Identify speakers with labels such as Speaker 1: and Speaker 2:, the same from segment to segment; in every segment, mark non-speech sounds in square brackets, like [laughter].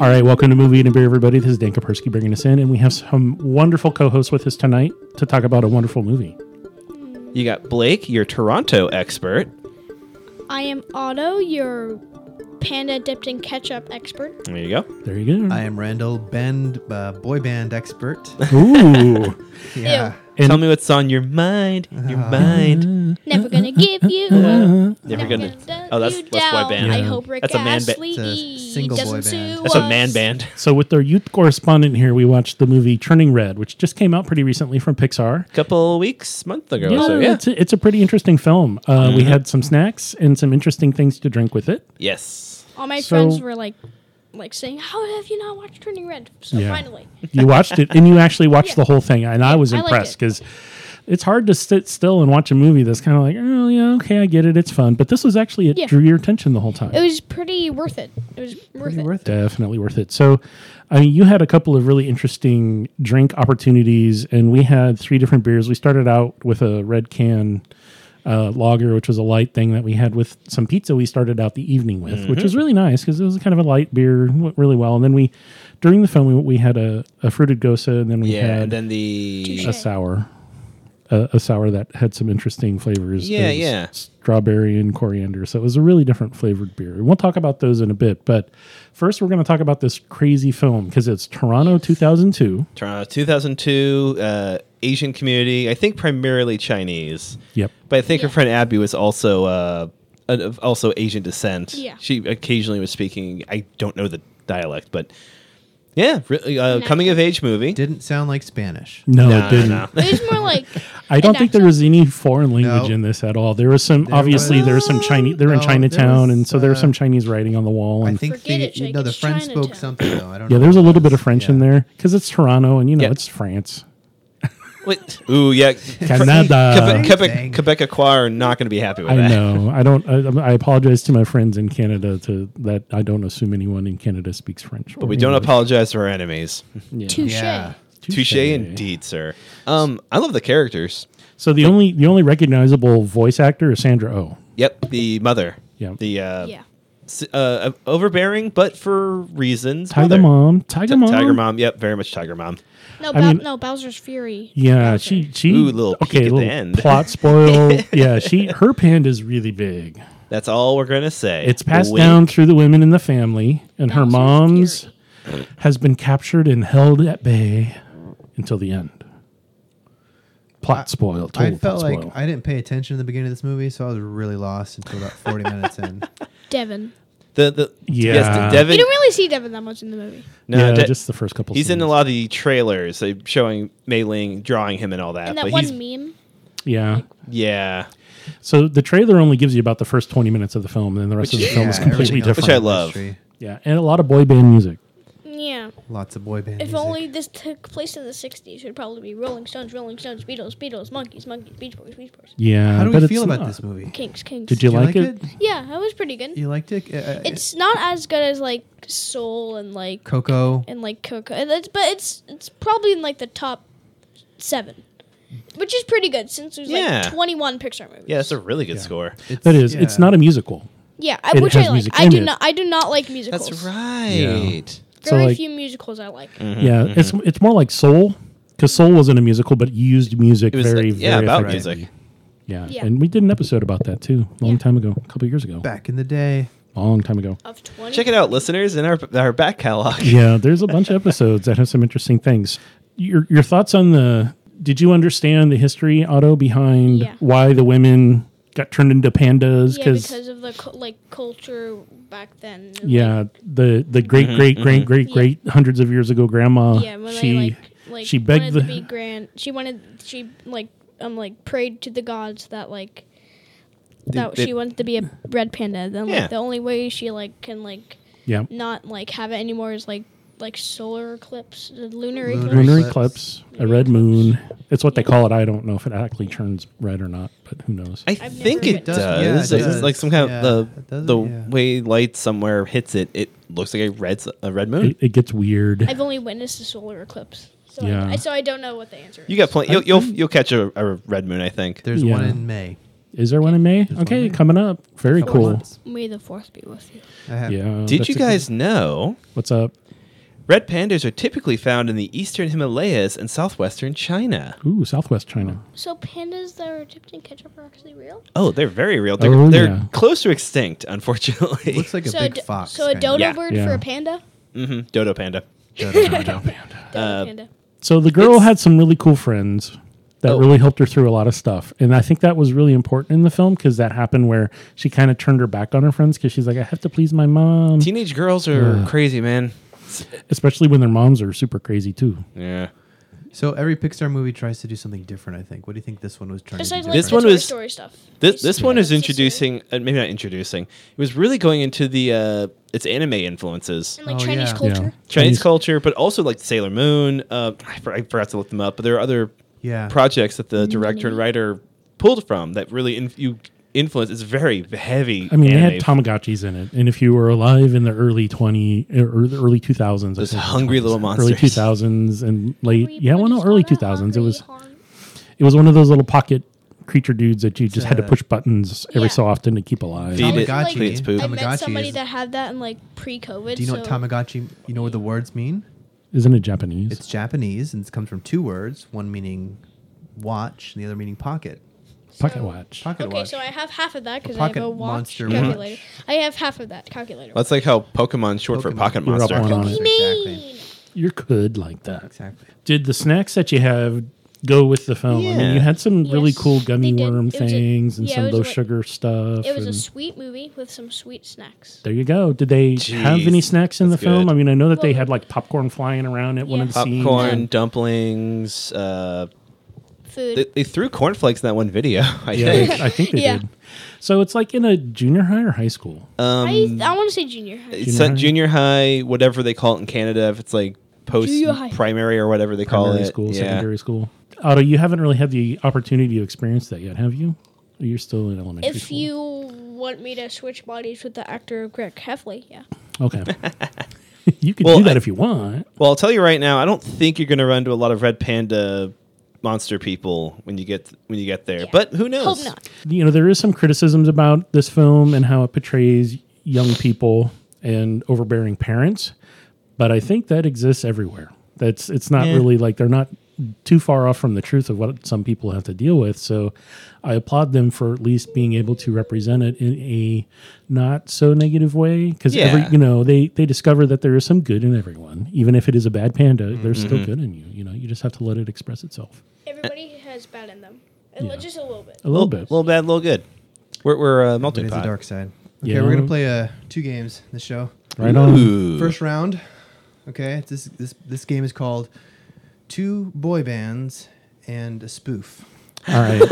Speaker 1: All right, welcome to Movie and a Beer, everybody. This is Dan Kapersky bringing us in, and we have some wonderful co-hosts with us tonight to talk about a wonderful movie.
Speaker 2: You got Blake, your Toronto expert.
Speaker 3: I am Otto, your panda dipped in ketchup expert.
Speaker 2: There you go.
Speaker 1: There you
Speaker 3: Mm-hmm.
Speaker 1: go.
Speaker 4: I am Randall Bend, uh, boy band expert.
Speaker 1: [laughs]
Speaker 3: [laughs]
Speaker 1: Ooh,
Speaker 4: Yeah.
Speaker 1: And-
Speaker 2: Tell me what's on your mind. Your mind.
Speaker 3: Never gonna
Speaker 1: [laughs]
Speaker 3: give you up.
Speaker 2: Never gonna.
Speaker 3: let
Speaker 2: Oh, that's that's
Speaker 3: you
Speaker 2: boy
Speaker 3: down.
Speaker 2: band.
Speaker 3: I
Speaker 1: Yeah.
Speaker 3: hope Rick
Speaker 2: That's a man ba-
Speaker 3: Astley
Speaker 4: It's a single boy
Speaker 3: doesn't
Speaker 4: band.
Speaker 3: sue
Speaker 2: That's a
Speaker 3: us.
Speaker 2: man band.
Speaker 1: so with our youth correspondent here, we watched the movie Turning Red, which just came out pretty recently from Pixar.
Speaker 2: Couple weeks, month ago. or Oh, so. yeah. Mm-hmm.
Speaker 1: it's a, it's a pretty interesting film. Uh, We had some snacks and some interesting things to drink with it.
Speaker 2: Yes.
Speaker 3: All my
Speaker 1: So-
Speaker 3: friends were like, like saying, "How have you not watched Turning Red?" So
Speaker 1: Yeah.
Speaker 3: finally,
Speaker 1: You watched it, and you actually watched
Speaker 3: Yeah.
Speaker 1: the whole thing, and I was
Speaker 3: I liked
Speaker 1: impressed
Speaker 3: it.
Speaker 1: because it's hard to sit still and watch a movie that's kind of like, oh yeah, okay, I get it, it's fun. But this was actually it
Speaker 3: Yeah.
Speaker 1: drew your attention the whole time.
Speaker 3: it was pretty worth it. It was worth it.
Speaker 1: Definitely worth it. So, I mean, you had a couple of really interesting drink opportunities, and we had three different beers. We started out with a red can uh, lager, which was a light thing that we had with some pizza. We started out the evening with, which was really nice because it was kind of a light beer, went really well. And then we, during the film, we, we had a, a fruited gosa, and then we
Speaker 2: Yeah.
Speaker 1: had
Speaker 2: And then the
Speaker 3: Touche.
Speaker 1: a sour. A, a sour that had some interesting flavors.
Speaker 2: Yeah,
Speaker 1: It was
Speaker 2: yeah.
Speaker 1: Strawberry and coriander. So it was a really different flavored beer. And we'll talk about those in a bit. But first, we're going to talk about this crazy film because it's Toronto 2002.
Speaker 2: Toronto 2002 uh, Asian community. I think primarily Chinese.
Speaker 1: Yep.
Speaker 2: But I think her
Speaker 3: Yeah.
Speaker 2: friend Abby was also uh, an- of also Asian descent.
Speaker 3: Yeah.
Speaker 2: She occasionally was speaking. I don't know the dialect, but yeah, really, uh,
Speaker 3: Nice.
Speaker 2: coming of age movie.
Speaker 4: Didn't sound like Spanish.
Speaker 1: No,
Speaker 2: No,
Speaker 1: it didn't.
Speaker 2: no.
Speaker 3: It was more like
Speaker 1: [laughs] I don't think there was any foreign language
Speaker 4: No.
Speaker 1: in this at all. There was some,
Speaker 4: There
Speaker 1: obviously, there was some
Speaker 4: was-
Speaker 1: Chinese, they're in
Speaker 4: no, there
Speaker 1: Chinatown.
Speaker 4: was,
Speaker 1: and so there was
Speaker 4: uh,
Speaker 1: some Chinese writing on the wall.
Speaker 4: I
Speaker 1: And
Speaker 4: think
Speaker 3: Forget
Speaker 4: the,
Speaker 3: it, Jake,
Speaker 4: no, the
Speaker 3: it's
Speaker 4: French spoke
Speaker 3: Chinatown.
Speaker 4: something though. I don't
Speaker 1: yeah,
Speaker 4: know.
Speaker 1: there's a
Speaker 4: what it
Speaker 1: little bit of
Speaker 4: was.
Speaker 1: French in
Speaker 4: Yeah.
Speaker 1: there because it's Toronto and, you know,
Speaker 2: Yeah.
Speaker 1: it's France.
Speaker 2: Wait. Ooh, yeah.
Speaker 1: Canada.
Speaker 2: Quebec, Quebec,
Speaker 4: Dang.
Speaker 2: Quebec Acquire are not going to be happy with
Speaker 1: I
Speaker 2: [laughs] that.
Speaker 1: know. I don't. I, I apologize to my friends in Canada to that. I don't assume anyone in Canada speaks French.
Speaker 2: But we don't apologize to our enemies.
Speaker 3: touche.
Speaker 4: Yeah.
Speaker 2: Touche indeed, sir. Um, I love the characters.
Speaker 1: So the only the only recognizable voice actor is Sandra Oh.
Speaker 2: Yep, the mother.
Speaker 1: Yep.
Speaker 2: The uh,
Speaker 3: Yeah.
Speaker 2: s- uh, overbearing, but for reasons.
Speaker 1: Tiger
Speaker 2: mother.
Speaker 1: Mom. Tiger
Speaker 2: T-
Speaker 1: Mom.
Speaker 2: Tiger Mom. Yep, very much Tiger Mom.
Speaker 3: No,
Speaker 1: I
Speaker 3: Bow-
Speaker 1: mean-
Speaker 3: no Bowser's Fury.
Speaker 1: Yeah,
Speaker 3: Bowser.
Speaker 1: she she
Speaker 2: Ooh, little peek
Speaker 1: okay,
Speaker 2: at the
Speaker 1: little
Speaker 2: end. [laughs]
Speaker 1: plot spoil. yeah, she her panda is really big.
Speaker 2: That's all we're gonna say.
Speaker 1: It's passed
Speaker 2: Wait.
Speaker 1: down through the women in the family, and her
Speaker 3: Bowser's
Speaker 1: mom's
Speaker 3: Fury.
Speaker 1: has been captured and held at bay until the end. Plot spoil. Total
Speaker 4: I felt
Speaker 1: plot
Speaker 4: like
Speaker 1: spoil.
Speaker 4: I didn't pay attention at the beginning of this movie, so I was really lost until
Speaker 3: [laughs]
Speaker 4: about 40 minutes in.
Speaker 3: Devin.
Speaker 2: The the
Speaker 1: Yeah.
Speaker 2: yes, the Devin.
Speaker 3: You don't really see Devin that much in the movie.
Speaker 2: no,
Speaker 1: yeah,
Speaker 2: De-
Speaker 1: just the first couple.
Speaker 2: he's in a
Speaker 1: scenes.
Speaker 2: lot of the trailers, they showing Mei Ling drawing him and all that.
Speaker 3: And that
Speaker 2: but
Speaker 3: one
Speaker 2: he's
Speaker 3: meme.
Speaker 1: Yeah.
Speaker 2: yeah,
Speaker 1: So the trailer only gives you about the first 20 minutes of the film, and then the rest
Speaker 2: Which-
Speaker 1: of the film is completely
Speaker 4: everything else
Speaker 1: different.
Speaker 2: Which I
Speaker 4: was
Speaker 2: love.
Speaker 4: mystery.
Speaker 1: yeah, and a lot of boy band music.
Speaker 3: Yeah.
Speaker 4: Lots of boy band.
Speaker 3: If
Speaker 4: music.
Speaker 3: only this took place in the 60s, it would probably be Rolling Stones, Rolling Stones, Beatles, Beatles, Monkeys, Monkeys, Beach Boys, Beach Boys,
Speaker 1: Yeah.
Speaker 4: How do
Speaker 1: but
Speaker 4: we
Speaker 1: it's
Speaker 4: feel about
Speaker 1: not-
Speaker 4: this movie?
Speaker 3: Kinks, Kinks.
Speaker 1: Did you,
Speaker 4: Do
Speaker 1: like, it?
Speaker 3: Yeah, that was pretty good.
Speaker 4: You liked it? Uh, it's
Speaker 3: It's not as good as like Soul and like
Speaker 4: Coco.
Speaker 3: and like Coco, and it's, but it's it's probably in like the top seven, which is pretty good since there's
Speaker 2: Yeah.
Speaker 3: like 21 Pixar movies.
Speaker 2: yeah, that's a really good score.
Speaker 4: It's,
Speaker 1: That is, it's
Speaker 4: yeah.
Speaker 1: not a musical.
Speaker 3: yeah, I,
Speaker 1: It
Speaker 3: which
Speaker 1: has
Speaker 3: I like.
Speaker 1: music
Speaker 3: I
Speaker 1: in
Speaker 3: do
Speaker 1: it.
Speaker 3: not. I do not like musicals.
Speaker 2: That's right.
Speaker 1: So,
Speaker 3: Very
Speaker 1: like- mm.
Speaker 3: few musicals I like.
Speaker 2: Mm-hmm,
Speaker 1: yeah, it's it's more like Soul, because Soul wasn't a musical, but used music
Speaker 2: It was
Speaker 1: very,
Speaker 2: like, yeah
Speaker 1: very
Speaker 2: about
Speaker 1: effectively.
Speaker 2: music.
Speaker 1: Yeah.
Speaker 3: Yeah.
Speaker 1: and we did an episode about that too, long
Speaker 3: Yeah.
Speaker 1: time ago, a couple years ago,
Speaker 4: Back in the day.
Speaker 1: long time ago.
Speaker 3: Of 20.
Speaker 2: Check it out, listeners, in our our back catalog.
Speaker 1: yeah, there's a bunch of episodes that have some interesting things. Your your thoughts on the did you understand the history Otto behind
Speaker 3: Yeah.
Speaker 1: why the women got turned into pandas
Speaker 3: Yeah, because of the cu- like culture back then. and, like,
Speaker 1: yeah, the the great great great great great hundreds of years ago grandma
Speaker 3: Mm-hmm, yeah, when
Speaker 1: she
Speaker 3: they like like
Speaker 1: she
Speaker 3: wanted
Speaker 1: begged
Speaker 3: to be
Speaker 1: the
Speaker 3: grand. She wanted she like um like prayed to the gods that like that
Speaker 2: they-
Speaker 3: she wanted to be a red panda. Then
Speaker 2: Yeah.
Speaker 3: like the only way she like can like
Speaker 1: yeah
Speaker 3: not like have it anymore is like like solar eclipse, the lunar,
Speaker 4: Lunar
Speaker 3: eclipse.
Speaker 1: lunar
Speaker 4: eclipse.
Speaker 1: eclipse, a red moon. It's what they call it. I don't know if it actually turns red or not, but who knows.
Speaker 2: [laughs] I
Speaker 3: never
Speaker 2: think
Speaker 3: heard
Speaker 2: it
Speaker 3: it.
Speaker 2: does.
Speaker 4: Yeah, it
Speaker 2: It's
Speaker 4: does.
Speaker 2: like some kind
Speaker 4: Yeah,
Speaker 2: of
Speaker 4: it
Speaker 2: the
Speaker 4: does,
Speaker 2: the
Speaker 4: yeah.
Speaker 2: way light somewhere hits it. It looks like a red s- a red moon.
Speaker 1: it, it gets weird.
Speaker 3: I've only witnessed a solar eclipse. So
Speaker 1: Yeah.
Speaker 3: I, so I don't know what the answer is.
Speaker 2: You got plenty. You'll, you'll you'll catch a, a red moon, I think.
Speaker 4: There's one
Speaker 1: Yeah.
Speaker 4: in May.
Speaker 1: Is there one in May?
Speaker 4: one
Speaker 1: okay,
Speaker 4: in May.
Speaker 1: coming up. Very
Speaker 4: Couple
Speaker 1: cool.
Speaker 4: months.
Speaker 3: May the fourth be with you.
Speaker 4: I have.
Speaker 1: Yeah.
Speaker 2: Did
Speaker 1: uh, that's
Speaker 2: you
Speaker 1: a good-
Speaker 2: guys know
Speaker 1: What's up?
Speaker 2: red pandas are typically found in the eastern Himalayas and southwestern China?
Speaker 1: Ooh, Southwest China.
Speaker 4: Oh,
Speaker 3: So pandas that are dipped in ketchup are actually real.
Speaker 2: Oh, they're very real. They're,
Speaker 1: Oh,
Speaker 2: they're
Speaker 1: yeah.
Speaker 2: close to extinct, unfortunately. [laughs]
Speaker 4: Looks like a
Speaker 3: so
Speaker 4: big
Speaker 3: do-
Speaker 4: fox.
Speaker 3: So a
Speaker 4: kinda.
Speaker 3: dodo
Speaker 2: Yeah.
Speaker 3: bird for
Speaker 1: Yeah.
Speaker 3: a panda.
Speaker 2: hmm Dodo panda.
Speaker 3: [laughs]
Speaker 4: Dodo.
Speaker 3: Dodo
Speaker 2: Uh,
Speaker 3: panda.
Speaker 1: So the girl
Speaker 2: It's-
Speaker 1: had some really cool friends that
Speaker 2: Oh.
Speaker 1: really helped her through a lot of stuff. And I think that was really important in the film because that happened where she kind of turned her back on her friends because she's like, I have to please my mom.
Speaker 2: Teenage girls are
Speaker 1: Yeah.
Speaker 2: crazy, man.
Speaker 1: Especially when their moms are super crazy too.
Speaker 2: Yeah.
Speaker 4: So every Pixar movie tries to do something different. I think. What do you think this one was trying
Speaker 3: Besides
Speaker 4: to
Speaker 3: like
Speaker 4: do?
Speaker 2: This
Speaker 3: the
Speaker 2: one
Speaker 3: Toy
Speaker 2: was-
Speaker 3: story stuff.
Speaker 2: This this one is
Speaker 3: Sister.
Speaker 2: introducing, uh, maybe not introducing. It was really going into the uh, its anime influences,
Speaker 3: And like
Speaker 4: Oh,
Speaker 3: Chinese
Speaker 4: yeah.
Speaker 1: Yeah.
Speaker 3: culture.
Speaker 1: Mm.
Speaker 2: Chinese culture, but also like Sailor Moon. Uh, I for- I forgot to look them up, but there are other
Speaker 4: Yeah.
Speaker 2: projects that the director and writer pulled from that really in, you influence. It's very heavy.
Speaker 1: I mean, they had
Speaker 2: anime.
Speaker 1: Tamagotchis in it, and if you were alive in the early twenty or the early two thousands,
Speaker 2: Those hungry little
Speaker 1: early
Speaker 2: monsters.
Speaker 1: two thousands and late,
Speaker 3: We
Speaker 1: yeah, well, no,
Speaker 3: just
Speaker 1: early
Speaker 3: wanna
Speaker 1: two thousands. It
Speaker 3: hungry
Speaker 1: was
Speaker 3: hungry.
Speaker 1: it was one of those little pocket creature dudes that you just had to
Speaker 4: uh,
Speaker 1: push buttons every
Speaker 3: Yeah.
Speaker 1: so often to keep alive.
Speaker 2: Feed it,
Speaker 4: Tamagotchi.
Speaker 2: clean its poop.
Speaker 3: I met somebody
Speaker 4: Tamagotchi is-
Speaker 3: that had that in like pre-COVID.
Speaker 4: Do you know what
Speaker 3: so
Speaker 4: Tamagotchi? You know what the words mean?
Speaker 1: Isn't it Japanese?
Speaker 4: It's Japanese and it comes from two words. One meaning watch, and the other meaning pocket.
Speaker 1: pocket
Speaker 3: so-
Speaker 1: watch.
Speaker 4: Pocket
Speaker 3: Okay,
Speaker 4: watch.
Speaker 3: so I have half of that because
Speaker 4: A
Speaker 3: I have
Speaker 4: pocket
Speaker 3: a watch
Speaker 4: monster
Speaker 3: calculator.
Speaker 4: watch.
Speaker 3: I have half of that calculator.
Speaker 2: That's like how Pokemon's short for
Speaker 4: Pokemon.
Speaker 2: Pocket
Speaker 1: You're up
Speaker 2: Monster.
Speaker 1: on it.
Speaker 4: Exactly.
Speaker 1: You're good like that.
Speaker 4: Exactly.
Speaker 1: Did the snacks that you have go with the film? I
Speaker 2: Yeah.
Speaker 1: mean, you had some really
Speaker 3: Yes,
Speaker 1: cool gummy
Speaker 3: they did.
Speaker 1: worm
Speaker 3: It was a-
Speaker 1: things and
Speaker 3: yeah,
Speaker 1: some
Speaker 3: it was
Speaker 1: low
Speaker 3: like-
Speaker 1: sugar stuff.
Speaker 3: It was a
Speaker 1: and-
Speaker 3: sweet movie with some sweet snacks.
Speaker 1: There you go. Did they have
Speaker 2: Jeez,
Speaker 1: any snacks in the
Speaker 2: that's
Speaker 1: film?
Speaker 2: good.
Speaker 1: I mean, I know that they
Speaker 3: Well-
Speaker 1: had like popcorn flying around at one of the
Speaker 3: Yeah.
Speaker 1: scenes.
Speaker 2: Popcorn, dumplings. Uh,
Speaker 3: Food.
Speaker 2: they, they threw cornflakes in that one video. [laughs] I
Speaker 1: Yeah, [laughs]
Speaker 2: think.
Speaker 1: I think they
Speaker 3: [laughs] Yeah.
Speaker 1: did. So it's like in a junior high or high school.
Speaker 2: Um,
Speaker 3: I, I want to say junior high.
Speaker 2: It's
Speaker 1: Junior
Speaker 2: not
Speaker 1: high?
Speaker 2: junior high, whatever they call it in Canada, if it's like post
Speaker 3: Junior high.
Speaker 2: primary or whatever they call
Speaker 1: primary
Speaker 2: it.
Speaker 1: school,
Speaker 2: yeah.
Speaker 1: secondary school. Otto, you haven't really had the opportunity to experience that yet, have you? Or You're still in elementary
Speaker 3: If
Speaker 1: school.
Speaker 3: you want me to switch bodies with the actor Greg Heffley, yeah.
Speaker 1: okay, [laughs] you can
Speaker 2: Well,
Speaker 1: do that
Speaker 2: I-
Speaker 1: if you want.
Speaker 2: Well, I'll tell you right now, I don't think you're going to run to a lot of red panda monster people when you get when you get there.
Speaker 3: Yeah.
Speaker 2: But who knows?
Speaker 3: Hope not.
Speaker 1: You know, there is some criticisms about this film and how it portrays young people and overbearing parents, but I think that exists everywhere. That's it's not
Speaker 2: Yeah.
Speaker 1: really like they're not too far off from the truth of what some people have to deal with. So I applaud them for at least being able to represent it in a not so negative way because
Speaker 2: Yeah.
Speaker 1: every you know they they discover that there is some good in everyone, even if it is a bad panda. There's
Speaker 2: Mm-hmm.
Speaker 1: still good in you. You know, you just have to let it express itself
Speaker 3: Everybody has bad in them.
Speaker 1: Yeah.
Speaker 3: Just a little bit.
Speaker 1: a little, bit.
Speaker 2: little bad, little good. We're, we're uh,
Speaker 4: But
Speaker 2: melting
Speaker 4: it's the
Speaker 2: pot.
Speaker 4: dark side. Okay,
Speaker 1: Yeah.
Speaker 4: we're gonna play uh, two games in the show.
Speaker 1: right on.
Speaker 2: Ooh.
Speaker 4: First round. Okay, it's this this this game is called Two Boy Bands and a Spoof.
Speaker 1: All
Speaker 2: [laughs]
Speaker 1: right.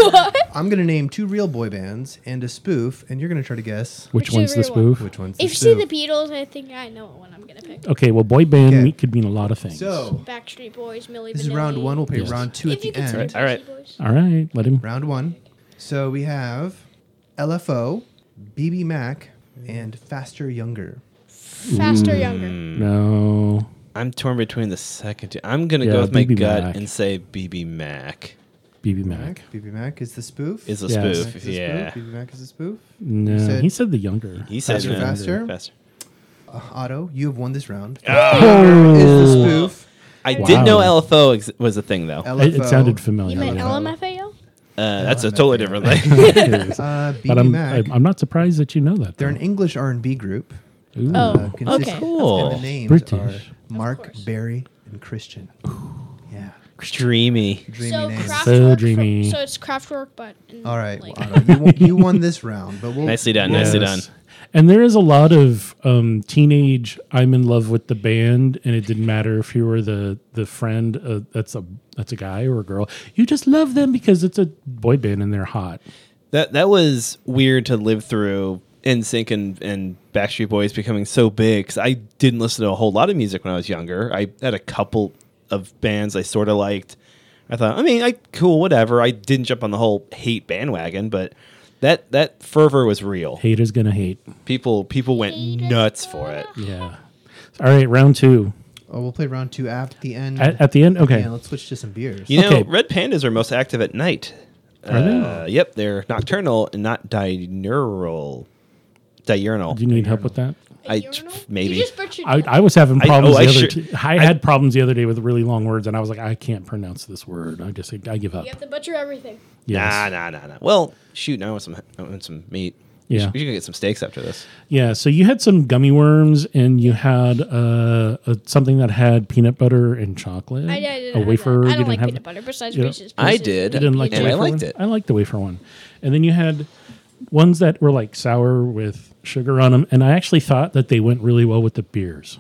Speaker 4: I'm gonna name two real boy bands and a spoof, and you're gonna try to guess
Speaker 1: Which
Speaker 3: Which
Speaker 1: one's the
Speaker 3: favorite one?
Speaker 1: spoof?
Speaker 4: which one's the
Speaker 3: If you see
Speaker 4: spoof.
Speaker 3: the Beatles, I think I know what one I'm going to pick.
Speaker 1: Okay, well, boy band
Speaker 4: Okay.
Speaker 1: me- could mean a lot of things.
Speaker 4: so
Speaker 3: Backstreet Boys, Millie
Speaker 4: this is
Speaker 3: Vanilli.
Speaker 4: round one. We'll play
Speaker 1: Yes.
Speaker 4: round two
Speaker 3: if
Speaker 4: at
Speaker 3: you
Speaker 4: the
Speaker 3: consider
Speaker 4: end.
Speaker 3: Backstreet
Speaker 2: All right.
Speaker 3: Boys.
Speaker 1: all right, let him.
Speaker 4: Round one. So we have LFO, BB Mac, and Faster Younger.
Speaker 3: Faster, younger.
Speaker 1: No,
Speaker 2: I'm torn between the second two. I'm going to
Speaker 1: Yeah,
Speaker 2: go with my
Speaker 1: BB
Speaker 2: gut
Speaker 1: Mac.
Speaker 2: and say BB Mac
Speaker 1: BB Mac.
Speaker 4: BB Mac is the spoof.
Speaker 2: is a
Speaker 1: Yeah.
Speaker 4: BB
Speaker 2: spoof.
Speaker 4: Mac is a
Speaker 2: yeah.
Speaker 4: spoof. BB Mac is a spoof.
Speaker 1: No,
Speaker 4: You said-
Speaker 1: he said the younger.
Speaker 2: He said
Speaker 4: Faster,
Speaker 2: no.
Speaker 4: faster?
Speaker 2: faster.
Speaker 4: Uh, Otto, you have won this round.
Speaker 1: Oh,
Speaker 4: Is the spoof
Speaker 2: I
Speaker 1: Wow.
Speaker 2: did know LFO ex- was a thing, though. Uh,
Speaker 4: LFO?
Speaker 1: it, it sounded
Speaker 3: You
Speaker 1: familiar.
Speaker 3: meant
Speaker 1: yeah.
Speaker 3: LMFAO?
Speaker 2: that's a
Speaker 4: LMFAO.
Speaker 2: totally different thing.
Speaker 1: [laughs] It
Speaker 4: [laughs]
Speaker 1: is.
Speaker 4: Uh, BB
Speaker 1: but I'm,
Speaker 4: Mac.
Speaker 1: I'm I'm not surprised that you know that.
Speaker 4: They're an
Speaker 1: though.
Speaker 4: English R&B group. Uh,
Speaker 1: Ooh.
Speaker 3: Oh,
Speaker 4: consist-
Speaker 3: okay.
Speaker 2: Cool.
Speaker 4: And the names
Speaker 1: British.
Speaker 4: are Mark,
Speaker 3: course.
Speaker 4: Barry, and Christian. Yeah.
Speaker 2: [laughs] Dreamy.
Speaker 4: Dreamy
Speaker 3: so
Speaker 4: names.
Speaker 3: Kraftwerk
Speaker 1: So
Speaker 3: for-
Speaker 1: dreamy.
Speaker 3: so it's Kraftwerk, but in,
Speaker 4: All right,
Speaker 3: like,
Speaker 4: well, Otto, you, won, you won this round, but we'll
Speaker 2: Nicely done. Nicely done.
Speaker 1: Yes. And there is a lot of um, teenage. I'm in love with the band, and it didn't matter if you were the the friend. Uh, that's a that's a guy or a girl. You just love them because it's a boy band and they're hot.
Speaker 2: That that was weird to live through NSYNC and and Backstreet Boys becoming so big. 'cause I didn't listen to a whole lot of music when I was younger. I had a couple of bands I sort of liked. I thought, I mean, I cool, whatever. I didn't jump on the whole hate bandwagon, but that that fervor was real.
Speaker 1: Hate is gonna hate.
Speaker 2: People people went nuts for it.
Speaker 1: Yeah. All right, round two.
Speaker 4: Oh, we'll play round two at the end.
Speaker 1: At, at the end, okay.
Speaker 4: Yeah, let's switch to some beers.
Speaker 2: You know,
Speaker 1: Okay.
Speaker 2: red pandas are most active at night.
Speaker 1: Are they?
Speaker 2: Uh, Yep, they're nocturnal and not diurnal. Diurnal.
Speaker 1: Do you need help with that?
Speaker 2: I-
Speaker 3: Urinal?
Speaker 2: maybe.
Speaker 3: You just butchered
Speaker 1: I,
Speaker 3: that.
Speaker 1: I was having
Speaker 2: I-
Speaker 1: problems
Speaker 2: oh, I
Speaker 1: the other.
Speaker 2: should-
Speaker 1: t- I had problems the other day with really long words, and I was like, I can't pronounce this word. I just I give up.
Speaker 3: You have to butcher everything.
Speaker 1: Yes.
Speaker 2: Nah, nah, nah, nah. Well, shoot, now I want some. I want some meat. We
Speaker 1: Yeah.
Speaker 2: should, we should get some steaks after this.
Speaker 1: Yeah, so you had some gummy worms and you had uh, a, something that had peanut butter and chocolate.
Speaker 3: I, I didn't
Speaker 1: a
Speaker 3: have
Speaker 1: wafer.
Speaker 3: That. I
Speaker 1: you
Speaker 3: don't
Speaker 1: didn't
Speaker 3: like
Speaker 1: have
Speaker 3: peanut
Speaker 1: that.
Speaker 3: butter. Besides,
Speaker 1: you know-
Speaker 3: Reese's
Speaker 2: I
Speaker 3: Pieces.
Speaker 2: did.
Speaker 1: You didn't like
Speaker 2: And
Speaker 1: the
Speaker 2: I
Speaker 1: wafer
Speaker 2: liked
Speaker 1: one?
Speaker 2: it.
Speaker 1: I liked the wafer one. And then you had ones that were like sour with sugar on them, and I actually thought that they went really well with the beers.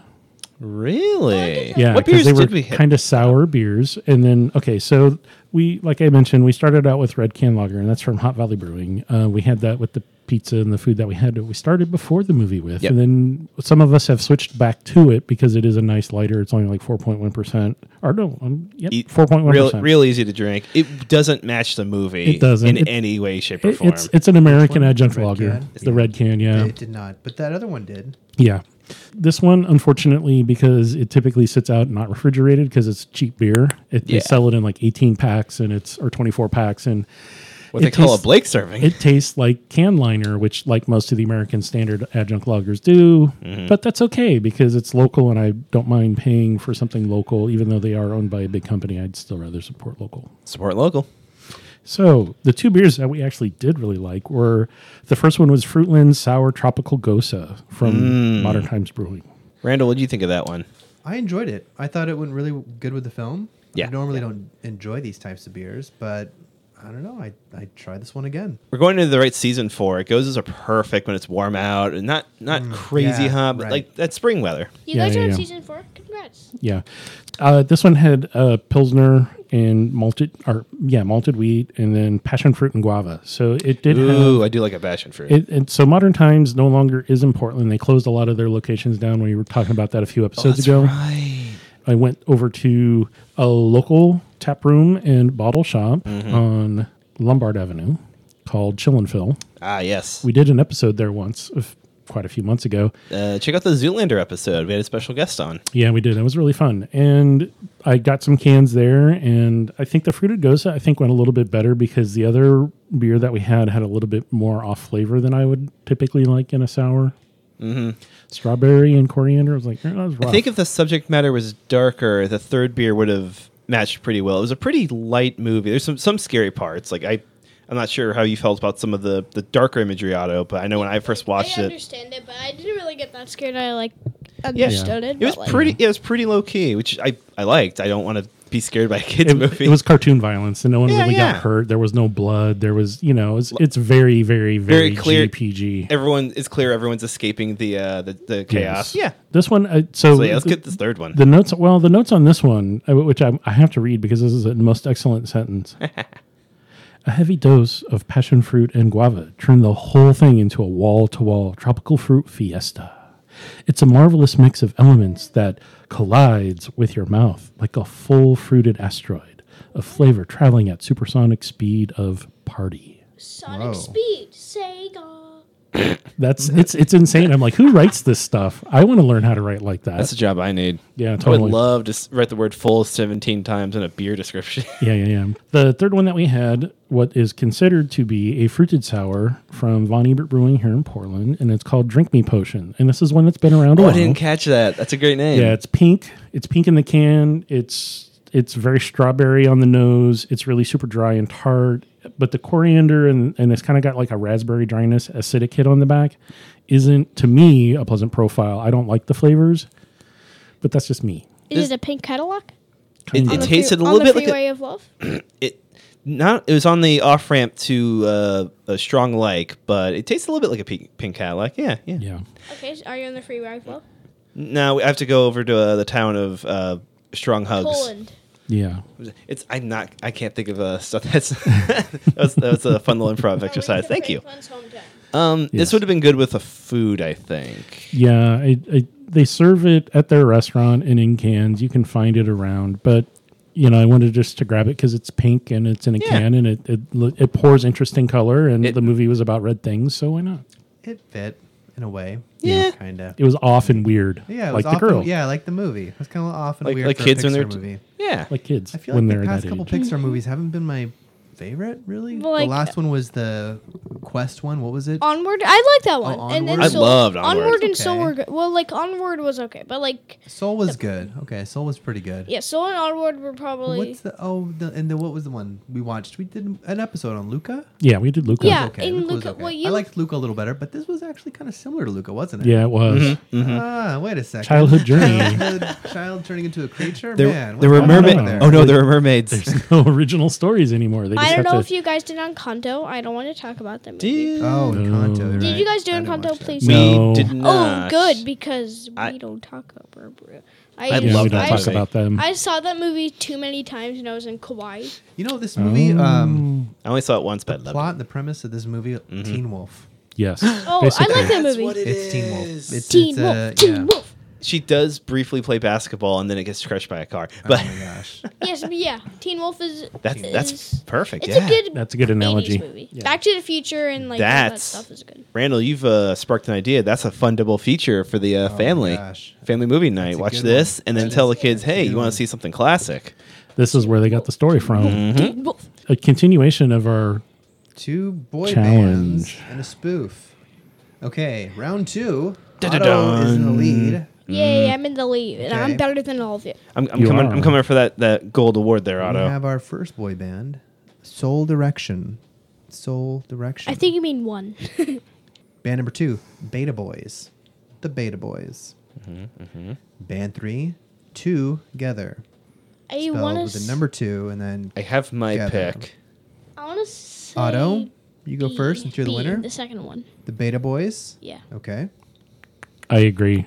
Speaker 2: Really?
Speaker 1: Yeah,
Speaker 2: What
Speaker 1: because
Speaker 2: beers
Speaker 1: they were
Speaker 2: did we hit?
Speaker 1: kind of sour beers. And then, okay, so we, like I mentioned, we started out with Red Can Lager, and that's from Hot Valley Brewing. Uh, we had that with the pizza and the food that we had. that We started before the movie with,
Speaker 2: Yep.
Speaker 1: and then some of us have switched back to it because it is a nice lighter. It's only like four point one percent, or no, um,
Speaker 2: E-
Speaker 1: yep, four point one
Speaker 2: Real,
Speaker 1: percent.
Speaker 2: real easy to drink. It doesn't match the movie.
Speaker 1: It doesn't.
Speaker 2: in
Speaker 1: It-
Speaker 2: any way, shape, or
Speaker 1: It-
Speaker 2: form.
Speaker 1: it's it's an American
Speaker 4: one?
Speaker 1: adjunct
Speaker 4: Red
Speaker 1: lager.
Speaker 4: Can?
Speaker 1: The Red Can, yeah.
Speaker 4: It did not, but that other one did.
Speaker 1: Yeah. This one, unfortunately, because it typically sits out not refrigerated because it's cheap beer. It, They
Speaker 2: Yeah.
Speaker 1: sell it in like 18 packs and it's or 24 packs and
Speaker 2: what they
Speaker 1: it
Speaker 2: call a
Speaker 1: tastes-
Speaker 2: Blake serving.
Speaker 1: it tastes like can liner, which like most of the American standard adjunct lagers do. But that's okay because it's local and I don't mind paying for something local, even though they are owned by a big company. I'd still rather support local.
Speaker 2: Support local.
Speaker 1: So the two beers that we actually did really like were the first one was Fruitland Sour Tropical Gosa from Modern Times Brewing.
Speaker 2: Randall, what do you think of that one?
Speaker 4: I enjoyed it. I thought it went really good with the film.
Speaker 2: Yeah.
Speaker 4: I normally don't enjoy these types of beers, but I don't know. I I tried this one again.
Speaker 2: We're going into the right season for it. Goes as a perfect when it's warm out and not not crazy
Speaker 4: Mm, yeah,
Speaker 2: hot, but
Speaker 4: right.
Speaker 2: like that spring weather.
Speaker 3: You
Speaker 1: Yeah,
Speaker 3: guys
Speaker 1: yeah,
Speaker 3: are on
Speaker 1: yeah.
Speaker 3: season four. Congrats.
Speaker 1: Yeah. Uh, this one had uh, Pilsner and malted, or yeah, malted wheat and then passion fruit and guava. So it did have.
Speaker 2: Ooh, I do like a passion fruit.
Speaker 1: It, and so Modern Times no longer is in Portland. They closed a lot of their locations down. We were talking about that a few episodes
Speaker 2: Oh, That's
Speaker 1: ago.
Speaker 2: right.
Speaker 1: I went over to a local tap room and bottle shop
Speaker 2: Mm-hmm.
Speaker 1: on Lombard Avenue called Chill and Fill.
Speaker 2: Ah, yes.
Speaker 1: We did an episode there once, of quite a few months ago.
Speaker 2: Uh, check out the Zoolander episode. We had a special guest on.
Speaker 1: Yeah, we did. It was really fun. And I got some cans there and I think the fruited gosa I think went a little bit better because the other beer that we had had a little bit more off flavor than I would typically like in a sour. Mm-hmm. Strawberry and coriander. I was like, eh, that was rough.
Speaker 2: I think if the subject matter was darker, the third beer would have matched pretty well. It was a pretty light movie. There's some some scary parts. Like I, I'm not sure how you felt about some of the the darker imagery auto, but I know when I first watched
Speaker 3: I
Speaker 2: it,
Speaker 3: understand it, but I didn't really get that scared. I like understood it.
Speaker 2: it was
Speaker 3: but, like,
Speaker 2: pretty. It was pretty low key, which I I liked. I don't want to be scared by a kids
Speaker 1: it,
Speaker 2: movie.
Speaker 1: it was cartoon violence and no one
Speaker 2: Yeah,
Speaker 1: really
Speaker 2: yeah.
Speaker 1: got hurt. There was no blood. There was, you know, it's, it's very, very, very,
Speaker 2: Very clear-
Speaker 1: GPG.
Speaker 2: everyone it's clear. Everyone's escaping the uh the, the chaos.
Speaker 1: Yes. This one, uh, so,
Speaker 2: So yeah, let's get this third one.
Speaker 1: The notes, well, the notes on this one, uh, which I, I have to read because this is a most excellent sentence. a heavy dose of passion fruit and guava turned the whole thing into a wall to wall tropical fruit fiesta. It's a marvelous mix of elements that collides with your mouth like a full fruited asteroid, a flavor traveling at supersonic speed of party.
Speaker 3: Sonic
Speaker 4: Whoa.
Speaker 3: Speed, Sega.
Speaker 1: That's it's it's insane. I'm like, who writes this stuff? I want to learn how to write like that.
Speaker 2: That's a job I need.
Speaker 1: yeah,
Speaker 2: I
Speaker 1: totally.
Speaker 2: would love to s- write the word "full" seventeen times in a beer description.
Speaker 1: Yeah, yeah, yeah. The third one that we had, what is considered to be a fruited sour from Von Ebert Brewing here in Portland, and it's called Drink Me Potion. And this is one that's been around a
Speaker 2: Oh, I
Speaker 1: while.
Speaker 2: didn't catch that. That's a great name.
Speaker 1: yeah, it's pink. It's pink in the can. It's it's very strawberry on the nose. It's really super dry and tart. But the coriander and, and it's kind of got like a raspberry dryness, acidic hit on the back, isn't to me a pleasant profile. I don't like the flavors, but that's just me.
Speaker 3: Is
Speaker 2: This-
Speaker 3: it a pink Cadillac?
Speaker 2: It,
Speaker 1: Kinda.
Speaker 2: it
Speaker 3: On the
Speaker 2: tasted
Speaker 3: free-
Speaker 2: a little
Speaker 3: on the
Speaker 2: bit like
Speaker 3: freeway
Speaker 2: a,
Speaker 3: of love.
Speaker 2: it. Not it was on the off ramp to uh, a strong like, but it tastes a little bit like a pink, pink Cadillac. Yeah, yeah.
Speaker 1: Yeah.
Speaker 3: Okay, so are you on the freeway of love?
Speaker 2: Now I have to go over to uh, the town of uh, Strong Hugs.
Speaker 3: Poland.
Speaker 1: Yeah.
Speaker 2: It's I'm not I can't think of uh, stuff that's [laughs] that, was, that was a fun little
Speaker 3: [laughs]
Speaker 2: improv exercise. Thank you. Um,
Speaker 1: Yes.
Speaker 2: This would have been good with a food, I think.
Speaker 1: Yeah, I, I, they serve it at their restaurant and in cans. You can find it around, but you know, I wanted just to grab it because it's pink and it's in a
Speaker 2: Yeah.
Speaker 1: can and it it, lo- it pours interesting color. And
Speaker 2: It-
Speaker 1: the movie was about red things, so why not?
Speaker 4: It fit in a way.
Speaker 2: Yeah.
Speaker 4: kind of.
Speaker 1: It was off and weird,
Speaker 4: Yeah, it
Speaker 1: like
Speaker 4: was off
Speaker 1: the girl,
Speaker 4: And, yeah, like the movie. It was kind of off and
Speaker 2: Like
Speaker 4: weird
Speaker 2: like
Speaker 4: for
Speaker 2: kids
Speaker 4: a
Speaker 2: when
Speaker 4: Pixar
Speaker 2: they're
Speaker 4: movie.
Speaker 2: yeah.
Speaker 1: like kids
Speaker 4: I feel
Speaker 1: when
Speaker 4: like
Speaker 1: they're
Speaker 4: the
Speaker 1: that
Speaker 4: past
Speaker 1: age.
Speaker 4: couple Pixar movies haven't been my favorite, really.
Speaker 3: Well, like- uh,
Speaker 4: the last one was the Quest one. What was it?
Speaker 3: Onward, I like that one. and then
Speaker 4: Oh, Onward? I
Speaker 3: Soul.
Speaker 2: loved Onward.
Speaker 3: and Soul
Speaker 4: Okay.
Speaker 3: were good. Well, like Onward was okay, but like
Speaker 4: Soul was good. Okay, Soul was pretty good.
Speaker 3: yeah, Soul and Onward were probably
Speaker 4: What's the oh the, and then what was the one we watched? We did an episode on Luca.
Speaker 1: Yeah, we did Luca.
Speaker 3: Yeah. in
Speaker 4: Luca was
Speaker 3: Luca- well, you-
Speaker 4: I liked Luca a little better, but this was actually kind of similar to Luca, wasn't it?
Speaker 1: Yeah, it was.
Speaker 2: Mm-hmm.
Speaker 4: Ah, wait a second.
Speaker 1: Childhood journey.
Speaker 4: The child turning into a creature.
Speaker 2: There,
Speaker 4: Oh, Man,
Speaker 2: there were
Speaker 4: what's going on
Speaker 1: mermaid-
Speaker 2: mermaids.
Speaker 4: there?
Speaker 2: Oh no, there were
Speaker 1: [laughs]
Speaker 2: mermaids.
Speaker 1: There's no original stories anymore. They just
Speaker 3: I
Speaker 1: have
Speaker 3: don't
Speaker 1: to,
Speaker 3: know if you guys did on Kanto. I don't want to talk about
Speaker 2: [laughs]
Speaker 3: that movie.
Speaker 2: Did,
Speaker 4: Oh,
Speaker 1: No.
Speaker 4: Encanto. you're
Speaker 3: Did you
Speaker 4: right.
Speaker 3: guys do
Speaker 4: I
Speaker 3: in
Speaker 4: didn't
Speaker 3: Kanto,
Speaker 4: watch that.
Speaker 3: please?
Speaker 1: No.
Speaker 2: We did
Speaker 3: Oh,
Speaker 2: not.
Speaker 3: good because we
Speaker 2: I-
Speaker 3: don't talk about.
Speaker 2: I
Speaker 1: Yeah,
Speaker 2: love
Speaker 1: we don't
Speaker 2: that
Speaker 3: I,
Speaker 1: talk
Speaker 2: movie.
Speaker 1: about them.
Speaker 3: I saw that movie too many times when I was in Kauai.
Speaker 4: You know this movie. Um,
Speaker 1: Oh.
Speaker 2: I only saw it once, but I loved
Speaker 4: plot and the premise of this movie, Teen Wolf.
Speaker 1: yes.
Speaker 3: Oh, I like that movie.
Speaker 2: it
Speaker 4: It's Teen Wolf.
Speaker 2: is.
Speaker 4: It's, it's,
Speaker 3: Teen Wolf.
Speaker 4: uh,
Speaker 3: Teen
Speaker 4: yeah.
Speaker 3: Wolf.
Speaker 2: it. She does briefly play basketball, and then it gets crushed by a car.
Speaker 4: Oh
Speaker 2: But
Speaker 4: my gosh.
Speaker 3: Yes, but yeah. Teen Wolf is.
Speaker 2: [laughs] that's that's
Speaker 3: is-
Speaker 2: perfect.
Speaker 3: It's
Speaker 2: yeah.
Speaker 3: a good.
Speaker 1: That's a good analogy.
Speaker 3: 80s movie. Back to the Future and like all that
Speaker 2: That's-
Speaker 3: stuff is good.
Speaker 2: Randall, you've uh, sparked an idea. That's a fun double feature for the uh,
Speaker 4: Oh my
Speaker 2: family
Speaker 4: gosh.
Speaker 2: family movie night.
Speaker 4: a
Speaker 2: Watch
Speaker 4: good
Speaker 2: this,
Speaker 4: one.
Speaker 2: and then
Speaker 4: That
Speaker 2: tell
Speaker 4: is-
Speaker 2: the kids, "Hey, you
Speaker 4: good
Speaker 2: want
Speaker 4: one.
Speaker 2: to see something classic?"
Speaker 1: This is where they got the story from.
Speaker 2: Mm-hmm.
Speaker 3: Teen Wolf.
Speaker 1: A continuation of our
Speaker 4: Two boy
Speaker 1: Challenge.
Speaker 4: bands and a spoof. Okay, round two. Otto
Speaker 2: Dun-dun-dun.
Speaker 4: is in the lead.
Speaker 3: Yay,
Speaker 2: Mm.
Speaker 3: I'm in the lead, and I'm
Speaker 4: Okay.
Speaker 3: better than all of you.
Speaker 2: I'm, I'm
Speaker 1: You
Speaker 2: coming.
Speaker 1: are.
Speaker 2: I'm coming for that that gold award there,
Speaker 4: We
Speaker 2: Otto.
Speaker 4: have our first boy band, Soul Direction. Soul Direction.
Speaker 3: I think you mean one. [laughs]
Speaker 4: Band number two, Beta Boys. The Beta Boys.
Speaker 2: Mm-hmm,
Speaker 4: Band three, Together.
Speaker 3: I
Speaker 4: Spelled
Speaker 3: want to.
Speaker 4: with the number two, and then
Speaker 2: I have my
Speaker 4: Yeah, there.
Speaker 2: pick.
Speaker 3: I want to say.
Speaker 4: Otto. You go
Speaker 3: B-
Speaker 4: first since you're the
Speaker 3: B,
Speaker 4: winner. Uh,
Speaker 3: The second one.
Speaker 4: The Beta Boys.
Speaker 3: Yeah.
Speaker 4: Okay.
Speaker 1: I agree.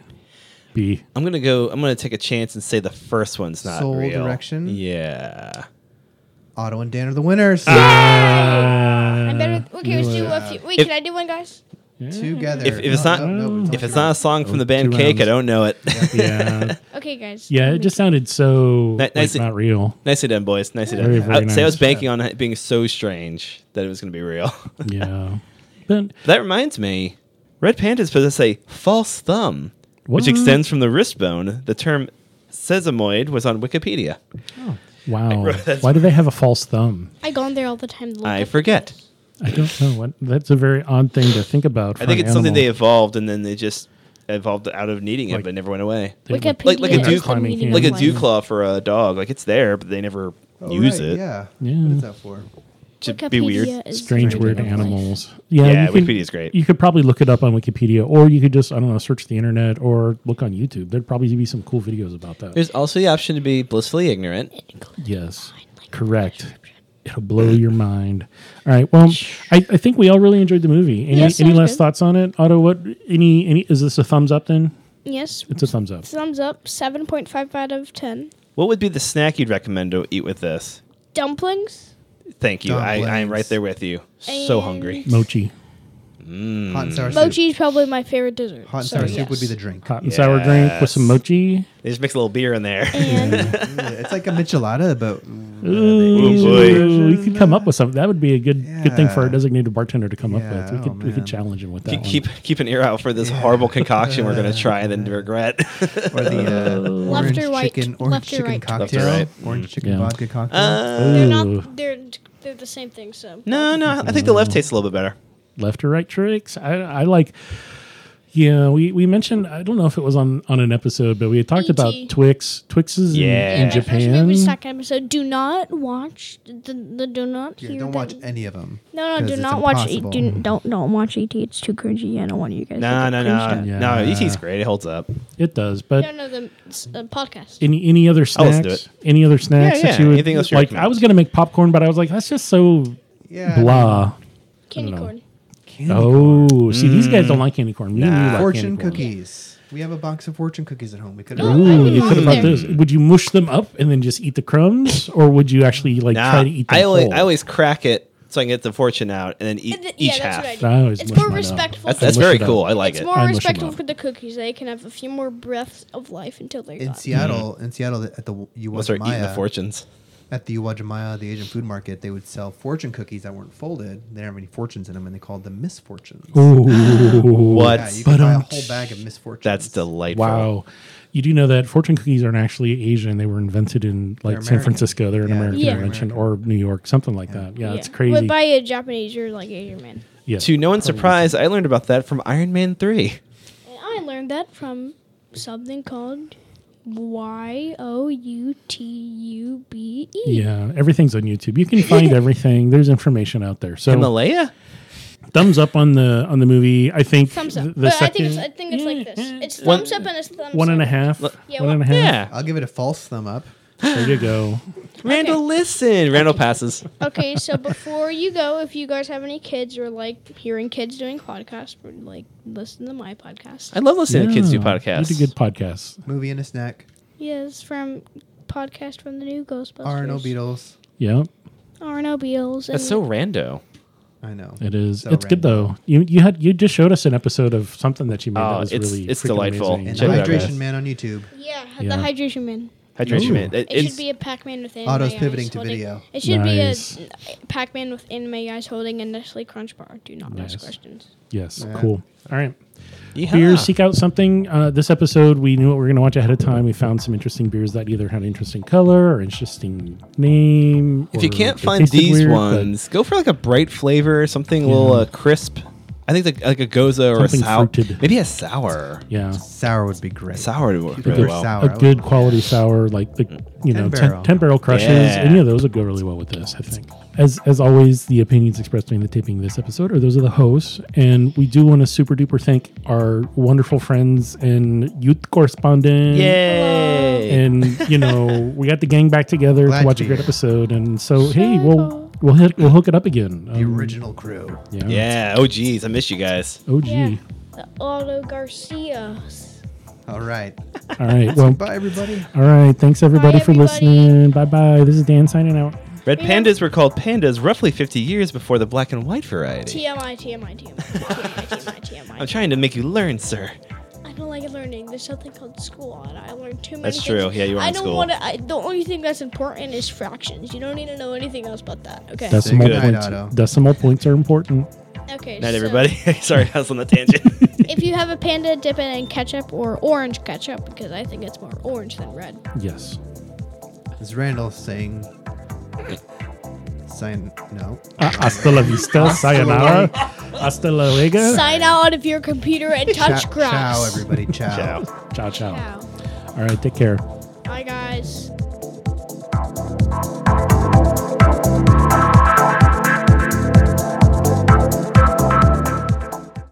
Speaker 1: B.
Speaker 2: I'm gonna go. I'm gonna take a chance and say the first one's not
Speaker 4: Soul
Speaker 2: real.
Speaker 4: Direction?
Speaker 2: Yeah.
Speaker 4: Otto and Dan are the winners.
Speaker 2: Ah.
Speaker 3: I'm better.
Speaker 1: Uh,
Speaker 3: Okay, let's
Speaker 1: you
Speaker 3: do
Speaker 1: know what?
Speaker 3: a few. Wait,
Speaker 2: If-
Speaker 3: can I do one, guys?
Speaker 4: Together.
Speaker 2: If, if it's not if it's not a song
Speaker 4: Oh,
Speaker 2: from the band
Speaker 1: Two
Speaker 2: Cake, I
Speaker 1: rounds.
Speaker 2: don't know it. [laughs]
Speaker 1: yeah,
Speaker 3: Okay, guys.
Speaker 1: yeah. It
Speaker 3: Let
Speaker 1: just
Speaker 3: me-
Speaker 1: sounded so
Speaker 2: That-
Speaker 1: like,
Speaker 2: that's-
Speaker 1: not real.
Speaker 2: Nicely done, boys. Nicely done.
Speaker 1: Very, very
Speaker 2: I would say I was
Speaker 1: nice.
Speaker 2: banking on it being so strange that it was going to be real. [laughs]
Speaker 1: Yeah, but
Speaker 2: that reminds me, red pandas possess a false thumb,
Speaker 1: What?
Speaker 2: which extends from the wrist bone. The term sesamoid was on Wikipedia. [laughs]
Speaker 1: wow.
Speaker 2: wrote that-
Speaker 1: Why do they have a false thumb?
Speaker 3: I go on there all the time. to look
Speaker 2: I
Speaker 3: up
Speaker 2: forget.
Speaker 3: things.
Speaker 1: I don't know. What? That's a very odd thing to think about.
Speaker 2: I think it's something they evolved and then they just evolved out of needing it,
Speaker 1: Like-
Speaker 2: but never went away.
Speaker 3: Wikipedia.
Speaker 2: Like- like a
Speaker 3: is
Speaker 2: dew-
Speaker 3: the
Speaker 1: climbing
Speaker 3: meaning
Speaker 1: hand.
Speaker 2: Like a
Speaker 3: of life.
Speaker 2: dew claw for a dog. Like it's there, but they never
Speaker 4: Oh,
Speaker 2: use
Speaker 4: right,
Speaker 2: it.
Speaker 4: Yeah.
Speaker 1: Yeah.
Speaker 4: What is that for?
Speaker 2: To be weird.
Speaker 3: Wikipedia is the
Speaker 1: strange
Speaker 3: meaning
Speaker 1: weird
Speaker 3: of life.
Speaker 1: animals. Yeah,
Speaker 2: Yeah,
Speaker 1: you can-
Speaker 2: Wikipedia's great.
Speaker 1: You could probably look it up on Wikipedia, or you could just I don't know, search the internet or look on YouTube. There'd probably be some cool videos about that.
Speaker 2: There's also the option to be blissfully ignorant.
Speaker 1: Yes, correct. It'll blow your mind. All right.
Speaker 3: [laughs]
Speaker 1: Well, I, I think we all really enjoyed the movie. Any,
Speaker 3: Yeah, sounds
Speaker 1: any last
Speaker 3: good.
Speaker 1: thoughts on it, Otto? What any any is this a thumbs up? Then
Speaker 3: Yes.
Speaker 1: it's a thumbs up.
Speaker 3: Thumbs up. Seven point five out of ten.
Speaker 2: What would be the snack you'd recommend to eat with this?
Speaker 3: Dumplings.
Speaker 2: Thank you. I, I am right
Speaker 4: Dumplings.
Speaker 2: there with you. So
Speaker 3: And-
Speaker 2: hungry.
Speaker 1: Mochi,
Speaker 4: Hot and sour soup.
Speaker 3: Mochi is probably my favorite dessert.
Speaker 4: Hot and
Speaker 3: so
Speaker 4: sour soup would be
Speaker 3: yes.
Speaker 4: the drink.
Speaker 1: hot and sour drink with some
Speaker 2: Yes.
Speaker 1: mochi.
Speaker 2: They just mix a little beer in there.
Speaker 3: And
Speaker 4: Yeah, it's like a michelada, but
Speaker 1: Ooh,
Speaker 2: boy.
Speaker 1: we could come up with something. That would be a good good thing for our
Speaker 4: Yeah.
Speaker 1: designated bartender to come
Speaker 4: Yeah,
Speaker 1: up with. We could
Speaker 4: oh,
Speaker 1: we could
Speaker 4: man.
Speaker 1: challenge him with that.
Speaker 2: [laughs] keep,
Speaker 1: one.
Speaker 2: keep keep an ear out for this horrible concoction we're going to try and
Speaker 1: [laughs]
Speaker 2: then regret. [laughs]
Speaker 4: or the uh, orange
Speaker 3: or right,
Speaker 4: chicken, orange
Speaker 3: left or
Speaker 4: chicken
Speaker 3: right.
Speaker 2: Left or
Speaker 4: cocktail,
Speaker 2: right.
Speaker 4: orange chicken
Speaker 1: Yeah.
Speaker 4: vodka cocktail.
Speaker 3: they're
Speaker 1: Ooh.
Speaker 3: not. They're they're the same thing. So.
Speaker 2: Uh, no, no, I think the left tastes a little bit better.
Speaker 1: left or right tricks. I, I like. Yeah, we, we mentioned I don't know if it was on, on an episode, but we had talked about
Speaker 3: E.T..
Speaker 1: Twix. Twixes in-
Speaker 2: Yeah.
Speaker 1: in,
Speaker 2: Yeah,
Speaker 3: My first movie
Speaker 1: Japan.
Speaker 3: was second episode. Do not watch the, the do not
Speaker 4: Yeah,
Speaker 3: hear
Speaker 4: don't
Speaker 3: the-
Speaker 4: watch any of them.
Speaker 3: No, no,
Speaker 4: 'cause
Speaker 3: do
Speaker 4: it's
Speaker 3: not watch. E-
Speaker 4: impossible.
Speaker 3: do, don't don't watch ET. It's too cringy. I don't want you guys. to
Speaker 2: No,
Speaker 3: get
Speaker 2: no,
Speaker 1: out.
Speaker 2: no,
Speaker 3: cringed
Speaker 1: Yeah.
Speaker 2: no. ET's great. It holds up.
Speaker 1: It does, but
Speaker 3: out. No, no, the it's a podcast.
Speaker 1: any any other
Speaker 2: I'll listen to
Speaker 1: snacks? Any other snacks
Speaker 2: Yeah,
Speaker 1: that
Speaker 2: yeah,
Speaker 1: you would
Speaker 2: anything else you
Speaker 1: like?
Speaker 2: recommend.
Speaker 1: I was gonna make popcorn, but I was like, that's just so
Speaker 4: Yeah, I mean,
Speaker 1: blah.
Speaker 3: Candy
Speaker 1: know.
Speaker 3: corn.
Speaker 4: candy
Speaker 1: Oh, see, these guys don't like candy corn. Me and you
Speaker 2: Mm. Nah.
Speaker 1: like
Speaker 4: fortune
Speaker 1: candy corn.
Speaker 4: cookies. We have a box of fortune cookies at home. We could.
Speaker 3: Ooh.
Speaker 1: Ooh,
Speaker 3: I
Speaker 1: you
Speaker 3: love
Speaker 1: could about
Speaker 3: them.
Speaker 1: those. Would you mush them up and then just eat the crumbs, or would you actually like
Speaker 2: Nah,
Speaker 1: try to eat them
Speaker 2: I always
Speaker 1: whole?
Speaker 2: I always crack it so I can get the fortune out and then eat
Speaker 3: And th-
Speaker 2: each
Speaker 3: yeah, that's
Speaker 2: half.
Speaker 3: what I do.
Speaker 1: I always
Speaker 3: It's
Speaker 1: mush
Speaker 3: more
Speaker 1: mine up.
Speaker 3: respectful.
Speaker 2: That's,
Speaker 3: for
Speaker 2: that's
Speaker 1: mush
Speaker 2: very
Speaker 1: it up.
Speaker 2: cool. I like
Speaker 3: it's
Speaker 2: it.
Speaker 1: I
Speaker 3: more
Speaker 1: mush 'em
Speaker 3: respectful
Speaker 1: up.
Speaker 3: for the cookies. They can have a few more breaths of life until they're
Speaker 4: In
Speaker 3: gone.
Speaker 4: Seattle, in Seattle, at the you
Speaker 2: We'll
Speaker 4: was
Speaker 2: start eating the
Speaker 4: Maya.
Speaker 2: fortunes.
Speaker 4: at the Uwajimaya, the Asian food market, they would sell fortune cookies that weren't folded. They didn't have any fortunes in them, and they called them misfortunes.
Speaker 2: What?
Speaker 4: Yeah, you could buy a
Speaker 1: Ba-dum-tsh.
Speaker 4: whole bag of misfortunes.
Speaker 2: That's delightful.
Speaker 1: Wow. You do know that fortune cookies aren't actually Asian. They were invented in like San
Speaker 4: American.
Speaker 1: Francisco. They're an
Speaker 4: Yeah,
Speaker 1: American
Speaker 3: they're
Speaker 1: invention or
Speaker 4: American.
Speaker 1: New York, something like that. Yeah, it's crazy.
Speaker 3: But by a Japanese, you're like Asian man.
Speaker 1: yeah.
Speaker 2: To no one's surprise, I learned about that from Iron Man 3.
Speaker 3: And I learned that from something called Y O U T U B E.
Speaker 1: yeah, everything's on YouTube.
Speaker 3: [laughs]
Speaker 1: You can find everything. There's information out there. So
Speaker 2: Himalaya?
Speaker 1: thumbs up on the on the movie. I think
Speaker 3: Thumbs up.
Speaker 1: th- The
Speaker 3: but
Speaker 1: second,
Speaker 3: I think it's, I think it's like this. It's
Speaker 2: One-
Speaker 3: thumbs up and it's thumbs
Speaker 1: one and a
Speaker 3: up.
Speaker 1: half.
Speaker 3: Yeah,
Speaker 1: one and a
Speaker 3: well-
Speaker 1: half.
Speaker 2: Yeah.
Speaker 4: I'll give it a false thumb up.
Speaker 1: There you
Speaker 2: [laughs]
Speaker 1: go.
Speaker 2: Randall,
Speaker 3: Okay.
Speaker 2: listen. Randall passes.
Speaker 1: [laughs]
Speaker 3: Okay, so before you go, if you guys have any kids or like hearing kids doing podcasts, or like listen to my podcast.
Speaker 2: I love listening to kids do
Speaker 1: Yeah,
Speaker 2: podcasts.
Speaker 1: You do good podcasts.
Speaker 4: Movie and a snack.
Speaker 3: Yes, from podcast from the new Ghostbusters.
Speaker 4: Arno Beatles.
Speaker 1: Yeah,
Speaker 3: Arno Beals.
Speaker 2: That's so rando.
Speaker 4: I know.
Speaker 1: it is.
Speaker 4: So
Speaker 1: it's good though. You you had you just showed us an episode of something that you made.
Speaker 2: Oh,
Speaker 1: that was
Speaker 2: it's-
Speaker 1: really
Speaker 2: it's
Speaker 1: freaking
Speaker 2: delightful.
Speaker 1: amazing.
Speaker 4: And
Speaker 2: Check it out, guys.
Speaker 4: Hydration Man on YouTube.
Speaker 3: Yeah,
Speaker 1: Yeah.
Speaker 3: the hydration man.
Speaker 2: Hydration
Speaker 1: Ooh.
Speaker 2: man. It-
Speaker 3: It
Speaker 2: it's,
Speaker 3: should be a Pac-Man with anime
Speaker 4: Auto's
Speaker 3: eyes
Speaker 4: pivoting to
Speaker 3: holding-
Speaker 4: video.
Speaker 3: It should
Speaker 1: Nice.
Speaker 3: be a Pac-Man with anime guys holding a Nestle Crunch bar. Do not
Speaker 1: Nice.
Speaker 3: ask questions.
Speaker 1: Yes,
Speaker 4: Yeah.
Speaker 1: cool. All right.
Speaker 2: Yeehaw.
Speaker 1: Beers, seek out something. Uh, this episode, we knew what we were going to watch ahead of time. We found some interesting beers that either had an interesting color or interesting name.
Speaker 2: If you
Speaker 1: or
Speaker 2: can't
Speaker 1: they
Speaker 2: find
Speaker 1: tasted
Speaker 2: these
Speaker 1: weird, but
Speaker 2: ones, go for like a bright flavor, something a little
Speaker 1: Yeah.
Speaker 2: uh, crisp. I think like, like a goza or
Speaker 1: Something
Speaker 2: a sour.
Speaker 1: fruited.
Speaker 2: Maybe a sour.
Speaker 1: yeah,
Speaker 4: Sour would be great.
Speaker 2: Sour would work
Speaker 4: Cucumber
Speaker 2: really well.
Speaker 4: sour.
Speaker 1: a
Speaker 4: I
Speaker 1: good
Speaker 4: would-
Speaker 1: quality sour like the you know 10 ten,
Speaker 4: Ten barrel.
Speaker 1: barrel crushes.
Speaker 2: Mm. Yeah.
Speaker 1: Any of those would go really well with this, I think. As as always, the opinions expressed during the taping of this episode are those of the hosts, and we do want to super duper thank our wonderful friends and youth correspondent.
Speaker 2: Yay!
Speaker 1: and you know we got the gang back together
Speaker 4: Glad
Speaker 1: to
Speaker 4: to
Speaker 1: watch a
Speaker 4: be
Speaker 1: great
Speaker 4: here.
Speaker 1: episode and so hey we'll we'll hit, we'll hook it up again
Speaker 4: The
Speaker 1: Um,
Speaker 4: original crew.
Speaker 1: yeah,
Speaker 2: yeah. Oh, geez. I miss you guys.
Speaker 1: oh gee
Speaker 3: Yeah, the Auto Garcias.
Speaker 4: All right.
Speaker 1: all
Speaker 4: [laughs]
Speaker 1: right well
Speaker 4: Bye, everybody.
Speaker 1: all right thanks everybody for
Speaker 3: everybody.
Speaker 1: listening bye bye this is dan signing out
Speaker 2: Red
Speaker 3: Yeah.
Speaker 2: pandas were called pandas roughly 50 years before the black and white variety.
Speaker 3: TMI, TMI, TMI, TMI, TMI,
Speaker 2: I'm
Speaker 3: TMI.
Speaker 2: trying to make you learn, sir.
Speaker 3: I don't like learning. There's something called school, and I learned too many.
Speaker 2: That's
Speaker 3: things.
Speaker 2: true. Yeah, you were
Speaker 3: I
Speaker 2: in
Speaker 3: don't
Speaker 2: school.
Speaker 3: want to. The only thing that's important is fractions. You don't need to know anything else about that. Okay.
Speaker 1: decimal
Speaker 2: good.
Speaker 1: points
Speaker 4: Night, Otto.
Speaker 1: decimal points are important
Speaker 3: okay.
Speaker 2: Not
Speaker 3: so
Speaker 2: everybody. [laughs] Sorry, I was on the tangent.
Speaker 3: [laughs] if you have a panda, dip it in ketchup or orange ketchup because I think it's more orange than red.
Speaker 1: yes
Speaker 4: It's
Speaker 2: [laughs]
Speaker 4: Randall saying. Sign. No.
Speaker 1: uh, hasta la vista sayonara hasta luego
Speaker 3: Sign out of your computer and touch
Speaker 4: Ciao-
Speaker 2: [laughs]
Speaker 3: grass.
Speaker 4: Ciao, everybody. Ciao.
Speaker 2: Ciao.
Speaker 1: ciao ciao
Speaker 3: Ciao.
Speaker 1: all right take care
Speaker 3: Bye, guys.